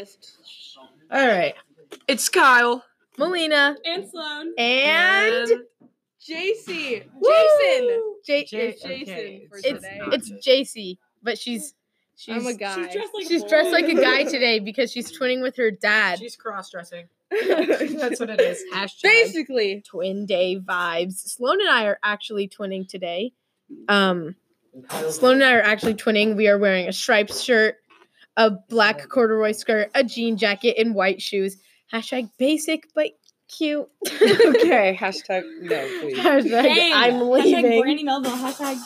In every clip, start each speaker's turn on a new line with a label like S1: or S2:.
S1: guests
S2: All right. It's Kyle
S3: Melina
S1: and Sloan
S3: and
S1: JC Jason
S3: Jason. J-
S2: J-
S1: It's Jason
S2: okay,
S1: for
S3: it's
S1: today.
S2: not
S3: it's
S2: Jason.
S3: JC, but she's she's
S1: I'm a guy
S3: She's,
S1: she's dressed like,
S3: dressed like a guy today because she's twinning with her dad.
S2: She's cross dressing.
S1: today
S2: That's what it is. Hashtag.
S1: basically
S3: Twin day vibes. Sloan and I are actually twinning today. Um, Sloan and I are actually twinning. We are wearing a striped shirt, a black corduroy skirt, a jean jacket, and white shoes. Hashtag basic but cute.
S4: okay, hashtag no, please.
S3: Hashtag
S1: Dang.
S3: I'm
S1: hashtag
S3: leaving.
S1: Brandy Melville hashtag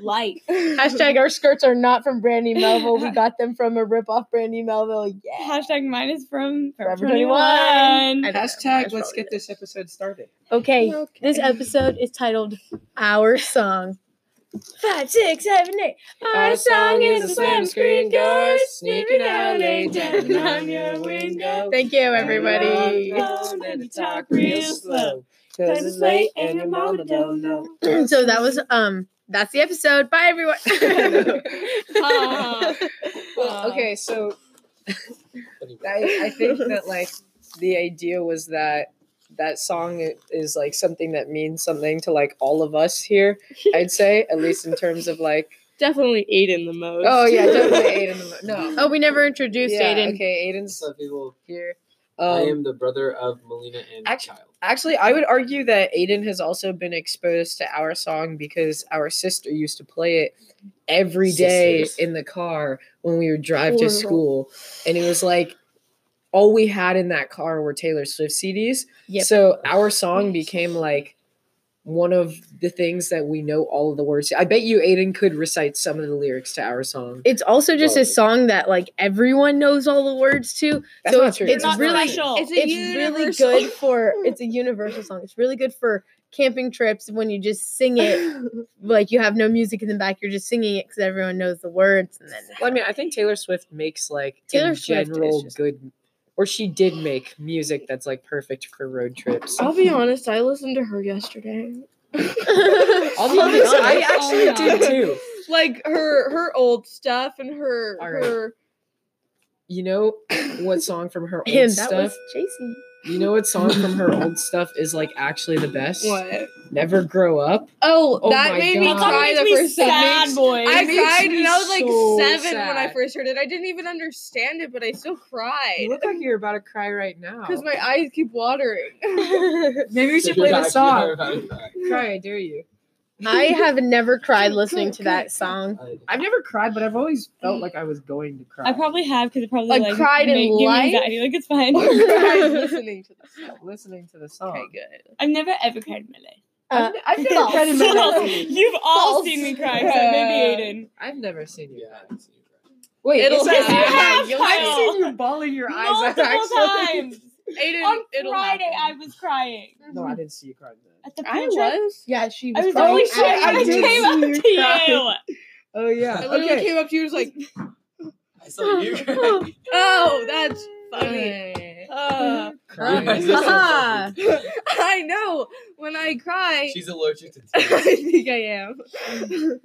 S1: life
S3: Hashtag our skirts are not from Brandy Melville. We got them from a ripoff Brandy Melville. Yeah.
S1: hashtag mine is from
S3: Forever
S1: 21
S3: I don't know.
S4: Hashtag
S3: That's
S4: let's
S3: probably
S4: get this episode started.
S3: Okay,
S1: Okay.
S3: this episode is titled Our Song. Five, six, seven, eight. Our song is a slam screen door, sneaking out late, tapping on your window. Thank you, everybody.
S1: talk real slow, Time is late and your mama don't know.
S3: so that was um, that's the episode. Bye, everyone.
S1: Ha.
S4: Well, okay, so I, I think that like the idea was that that song i- is like something that means something to like all of us here. I'd say at least in terms of like
S1: definitely Aiden the most
S4: oh yeah, definitely Aiden. the- No,
S3: oh, we never introduced
S4: yeah,
S3: Aiden.
S4: Okay, Aiden's
S5: Some people.
S4: here.
S5: I
S4: Um,
S5: am the brother of Melina and
S4: Actu-
S5: Kyle.
S4: Actually, I would argue that Aiden has also been exposed to our song because our sister used to play it every day
S5: Sisters.
S4: in the car when we would drive to
S3: Horrible.
S4: school. And it was like all we had in that car were Taylor Swift CDs.
S3: Yep.
S4: So our song became like one of the things that we know all of the words. to. I bet you Aiden could recite some of the lyrics to our song.
S3: It's also just a
S5: Probably.
S3: song that like everyone knows all the words to.
S4: That's
S3: so
S4: not
S3: it's,
S4: true.
S3: it's
S4: Not
S3: really
S1: special.
S3: it's,
S1: It's a
S3: it's really
S1: universal-
S3: good for it's a universal song. It's really good for camping trips when you just sing it like you have no music in the back. You're just singing it because everyone knows the words. And then
S4: Well, I mean, I think Taylor Swift makes like
S3: Taylor
S4: in
S3: Swift is
S4: general
S3: just-
S4: good, or she did make music that's like perfect for road trips.
S1: I'll be honest I listened to her yesterday
S4: I'll be
S3: I'll be
S4: honest, I
S1: honest,
S4: actually
S1: I'll be
S4: did
S1: honest.
S4: too.
S1: like her her old stuff and her
S4: All right.
S1: her
S4: You know what song from her old
S3: and that
S4: stuff?
S3: was JC.
S4: You know what song from her old stuff is like actually the best?
S1: what
S4: Never grow up.
S1: oh,
S4: Oh
S1: that
S4: my
S1: made me
S4: God.
S1: cry
S4: It
S1: the first time
S3: makes-
S1: boy I
S4: it makes
S1: cried
S4: me
S1: and I was like
S4: so
S1: seven when I
S4: sad.
S1: first heard it I didn't even understand it but I still cried
S4: You look like you're about to cry right now.
S1: because my eyes keep watering
S4: Maybe we
S5: So
S4: should play the
S5: you're not- you're
S4: song.
S5: not about to cry.
S4: Cry, I dare you.
S3: I have never cried
S1: Good,
S3: listening
S1: good,
S3: to
S1: good,
S3: that
S1: good.
S3: song.
S5: I-
S4: I've never cried, but I've always felt like I was going to cry.
S6: I probably have because it probably
S1: Like,
S6: like,
S1: cried in
S6: made- gave me
S1: life?
S6: anxiety. Like it's fine.
S1: Or cried listening to this
S4: listening to the
S1: okay
S4: song.
S1: good
S6: I've never ever cried in my life.
S3: Uh,
S4: I've, I've never
S3: false.
S4: cried in my
S6: False.
S4: life.
S6: You've all
S1: False.
S6: seen me cry, so
S1: Yeah.
S6: maybe Aiden.
S4: I've never seen you.
S5: Yeah,
S4: cry.
S5: I haven't seen you cry.
S4: Wait,
S1: It'll
S4: it's not-
S1: happen.
S6: You'll
S4: I've
S6: have
S4: seen you bawling your eyes out.
S6: Multiple
S4: actually.
S6: times.
S1: Aiden
S6: On
S1: it'll
S6: Friday, I
S1: happen.
S6: was crying
S4: No, I didn't see you crying then.
S6: at the
S1: I
S6: pool trip.
S1: was
S3: yeah, she was.
S6: I was
S3: crying
S6: only
S3: at
S6: crying
S3: the
S6: when I
S3: end.
S4: did see you
S6: came up to you.
S4: cry. Oh yeah.
S1: I literally came up to you and was like
S5: I saw you cry.
S1: oh that's funny Uh,
S3: Ah.
S1: I know when I cry
S5: She's allergic to
S1: I
S5: tears.
S1: think I am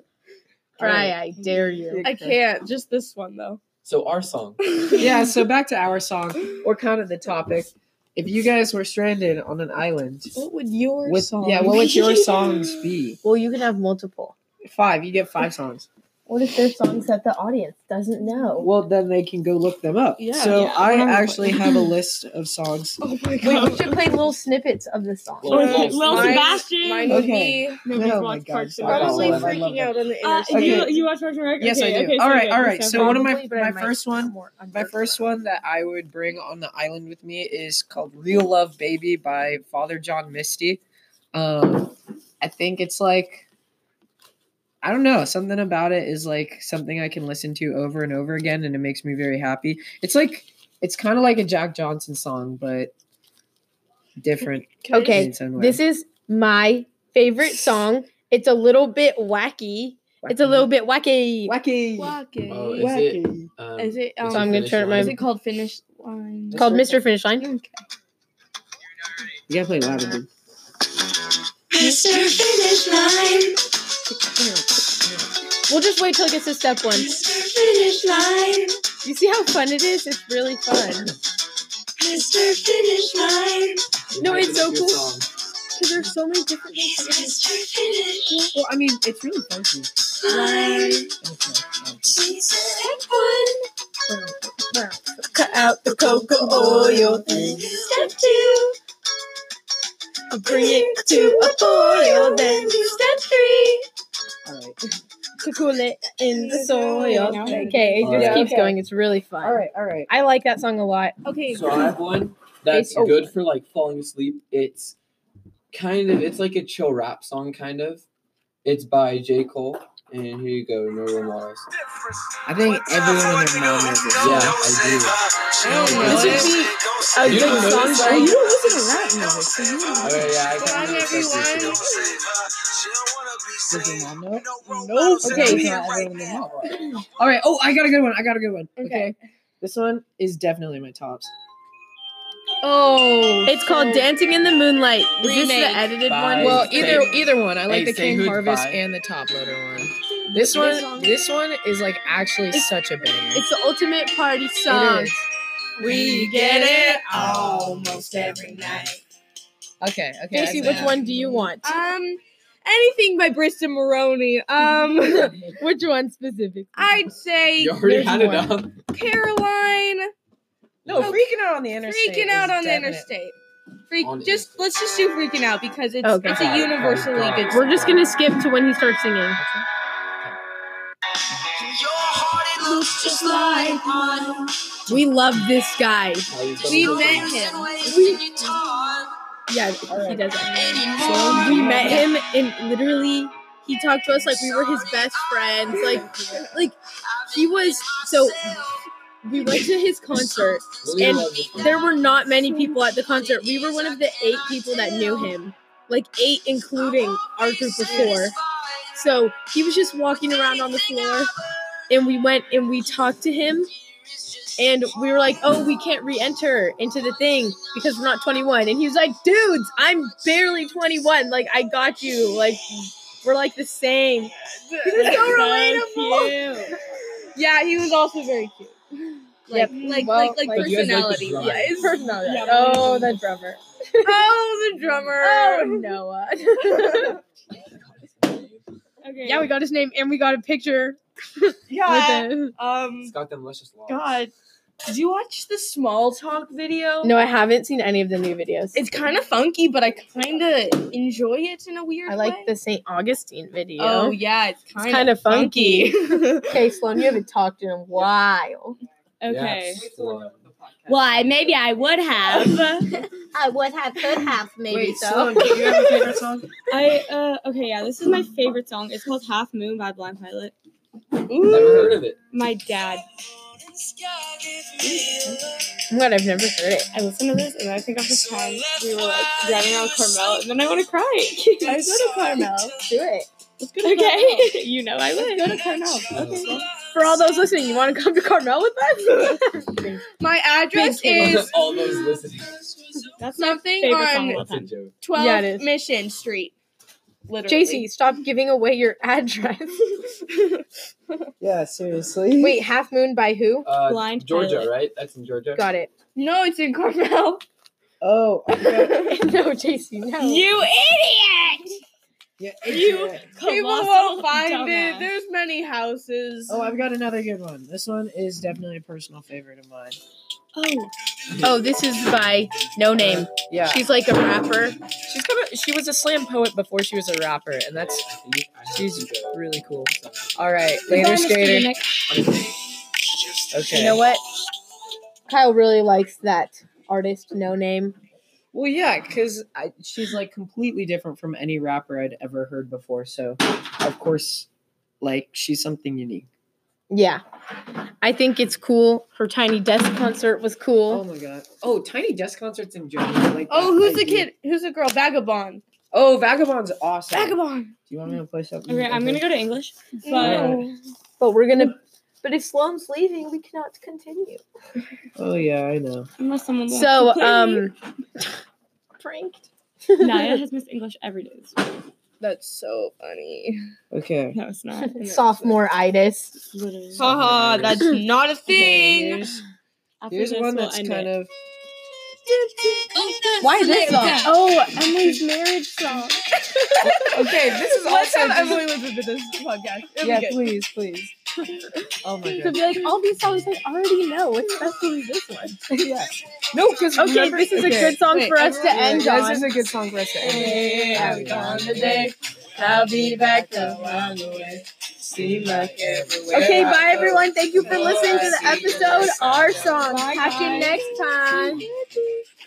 S3: Cry, I dare you.
S1: I can't just this one though
S5: So our song.
S4: Yeah, so back to our song. We're kind of the topic. If you guys were stranded on an island,
S1: What would your
S4: with,
S1: song?
S4: yeah, what would your songs be?
S3: Well, you can have multiple.
S4: Five. You get five songs.
S3: What if there's songs that the audience doesn't know?
S4: Well, then they can go look them up.
S1: Yeah.
S4: so
S1: Yeah.
S4: I actually have a list of songs.
S1: Oh my
S3: Wait, we
S1: god!
S3: should play little snippets of the song.
S5: Well,
S6: Okay,
S5: False.
S6: Lil
S1: Mine-
S6: Sebastian. uh,
S1: Mine would
S4: Okay.
S1: be
S6: Nobody's
S4: Oh my
S6: watched
S4: God,
S6: Parks and
S4: sorry.
S6: Rec.
S1: probably
S4: love it, I love
S1: freaking
S4: it.
S1: out on the
S6: Uh,
S1: interstate.
S4: Okay.
S6: you, you watch Parks and Rec?
S4: Yes, I
S6: okay,
S4: do.
S6: Okay, so
S4: All right,
S6: good,
S4: all right,
S6: so
S4: so one of my-
S3: Probably, but I
S4: my
S3: might
S4: first one-
S3: more on
S4: My
S3: purpose.
S4: first one that I would bring on the island with me is called Real Love Baby by Father John Misty. Um, I think it's like, I don't know, something about it is like something I can listen to over and over again, and it makes me very happy. It's like, it's kind of like a Jack Johnson song, but different.
S3: Okay,
S4: in its own way.
S3: This is my favorite song. It's a little bit wacky. It's a little bit wacky.
S4: wacky.
S1: Walking.
S5: Oh, is it?
S4: Wacky.
S5: Um,
S1: Is it, um,
S3: So I'm gonna
S5: Finish
S3: turn
S5: Line?
S3: my-
S1: Is it called finish line?
S3: It's called Mr. Finish Line.
S4: You gotta play lavender.
S7: Mr. Finish Line,
S3: We'll just wait till it gets to step one.
S7: Mr. Finish Line,
S3: You see how fun it is? It's really fun.
S7: Mr. Finish Line.
S3: No,
S5: It's
S3: it's so
S5: a good
S3: cool.
S5: song.
S3: Because there's so many different
S7: He's
S3: things.
S7: Mr. Finish
S4: Well, I mean, it's really funky.
S7: Line. She's step one,
S3: Cut out the cocoa oil.
S7: step two,
S3: Bring it to a boil. Then
S7: step three.
S4: All right.
S3: to cool it in the soil.
S6: No.
S3: Okay, it just
S5: All right.
S3: keeps
S4: Okay.
S3: going. It's really fun.
S4: All right. All right.
S3: I like that song a lot. Okay.
S5: So I have one that's
S3: Face- oh.
S5: good for like falling asleep. It's kind of it's like a chill rap song, kind of. It's by J. Cole, and here you go, No Role Models.
S4: I think everyone in their mom knows this.
S5: Yeah, I
S3: This would be a
S5: You
S3: good
S4: Oh,
S5: know
S3: song.
S5: this
S3: for
S5: song?
S3: you.
S5: do. Oh yeah, I kind of
S4: Does your mom know? it?
S1: Nope.
S4: Okay.
S1: Okay.
S4: All right. Oh, I got a good one. I got a good one.
S3: Okay.
S4: This one is definitely my tops.
S6: Oh,
S3: It's called Dancing in the Moonlight. Is this the
S6: Remake.
S3: edited
S5: Bye.
S3: one?
S4: Well,
S5: Hey,
S4: either
S5: say-
S4: either one. I like
S5: hey,
S4: the
S5: say
S4: King
S5: who's
S4: Harvest
S5: by.
S4: and the top loader one. This one, this one is like actually
S3: It's-
S4: such a banger.
S3: it's the ultimate party song.
S4: is.
S3: We get it.
S7: Almost every night.
S4: Okay, okay.
S3: Casey,
S4: that's
S3: which
S4: enough.
S3: one do you want?
S6: Um, anything by Bristol Maroney.
S4: Oh,
S6: Um,
S3: Which one specifically?
S6: I'd say
S5: You already
S3: There's
S5: had it
S3: one.
S5: up.
S6: Caroline.
S4: No, freaking out on the interstate.
S6: Freaking
S4: is
S6: out on the
S4: definite.
S6: interstate. Freak.
S5: On the
S6: just
S5: interstate.
S6: let's just do freaking out because it's
S3: Okay.
S6: it's a universally
S5: Oh,
S6: good.
S5: God.
S3: We're just gonna skip to when he starts singing.
S7: Just like mine.
S3: We love this guy.
S6: We met
S5: met.
S6: him.
S3: Yeah, he does. that. we met him and literally he talked to us like we were his best friends. Like, like he was. So we went to his concert. And There were not many people at the concert. We were one of the eight people that knew him, like eight including our group of four. So he was just walking around on the floor, and we went and we talked to him. And we were like, oh, we can't re enter into the thing because we're not 21. And he was like, dudes, I'm barely 21. Like, I got you. Like, we're like the same. He was so relatable.
S6: Yeah, he was also very cute. Like,
S3: Yep.
S6: like,
S3: Well,
S6: like, like,
S3: like-
S5: But you guys like the
S6: personality.
S5: drummer.
S6: yeah, his personality.
S3: Oh, the drummer.
S6: Oh, the drummer.
S3: Oh, Noah.
S6: Okay.
S3: yeah, we got his name and we got a picture with him.
S6: Um.
S5: Scott them luscious law.
S6: God, did you watch the small talk video?
S3: No, I haven't seen any of the new videos.
S6: It's kind of funky, but I kind of enjoy it in a weird
S3: I
S6: way.
S3: like the St. Augustine video.
S6: Oh yeah, it's kind
S3: it's kind of funky.
S6: funky.
S3: okay, Sloan, you haven't talked in a while.
S6: okay.
S5: Yeah, slow.
S6: Why? Maybe I would have.
S3: I would have, could have, maybe
S4: Wait, Sloan, do you have a favorite song?
S6: I uh okay yeah. This is my favorite song. It's called Half Moon by Blind Pilot.
S5: Never heard of it.
S6: My dad.
S3: I'm glad I've never heard it.
S6: I listened to this and I think off the time we were like driving around Carmel and then I want to cry. I go to Carmel.
S3: Do it.
S6: Let's go to okay. you know I would. go to Carmel. Okay.
S3: For all those listening, you want to come to Carmel with us?
S6: My address
S3: Big
S6: is
S5: All those listening.
S6: that's something
S3: favorite song
S6: on
S5: That's a joke.
S6: 12
S3: Yeah, it is.
S6: Mission Street. Literally.
S3: JC, stop giving away your address.
S4: Yeah, seriously.
S3: Wait, Half Moon by who?
S5: Uh,
S6: Blind
S5: Georgia,
S6: Pilot.
S5: right? That's in Georgia.
S3: Got it.
S6: No, it's in Carmel.
S4: Oh, okay.
S3: no, JC, no.
S6: You idiot!
S4: yeah,
S6: You-
S4: it's- uh,
S6: People won't find it. There's many houses.
S4: Oh, I've got another good one. This one is definitely a personal favorite of mine.
S3: Oh, this is by No Name.
S4: Uh, Yeah,
S3: She's like a rapper.
S4: she's kind of she was a slam poet before she was a rapper, and that's
S5: I think I have
S4: she's
S5: to go.
S4: really cool. All right, later, skater. Okay.
S3: You know what? Kyle really likes that artist, No Name.
S4: Well, yeah, because she's like completely different from any rapper I'd ever heard before. So, of course, like she's something unique.
S3: Yeah. I think it's cool. Her Tiny Desk concert was
S4: Oh
S3: cool.
S4: my god! Oh, Tiny Desk concerts in general. I Like
S6: Oh,
S4: that
S6: who's the
S4: idea.
S6: kid? Who's the girl? Vagabond.
S4: Oh, Vagabond's awesome.
S6: Vagabond.
S4: Do you want me to play something?
S6: Okay, I'm gonna uh, go to English. But
S4: No.
S3: But we're going to. But if Sloan's leaving, we cannot continue.
S4: Oh yeah, I know.
S6: unless someone wants to
S3: So,
S6: play me.
S3: um. Pranked.
S6: Naya has missed English every day. This week.
S1: That's so funny.
S4: Okay.
S1: No, it's not.
S3: Sophomore itis.
S1: Haha, that's not a
S4: Okay,
S1: thing.
S4: here's here's one that's kind of
S3: Why this song? Oh, Emily's marriage song.
S4: okay. This is
S1: Let's
S4: also
S1: have Emily listen to this podcast. It'll
S4: yeah.
S1: be good.
S4: Please, please. Oh my
S3: To
S4: god.
S3: be like, all these songs I already know, especially this one.
S4: yeah. No, because
S3: Okay, this is a good song for us to end on.
S4: This is a good song for us to end.
S7: I'm gone today. I'll be back along the way. Seem like everywhere.
S3: Okay,
S7: I
S3: bye
S7: go,
S3: everyone. Thank you for listening to the
S7: I see you
S3: episode. Our
S7: outside.
S3: song. Catch you next time.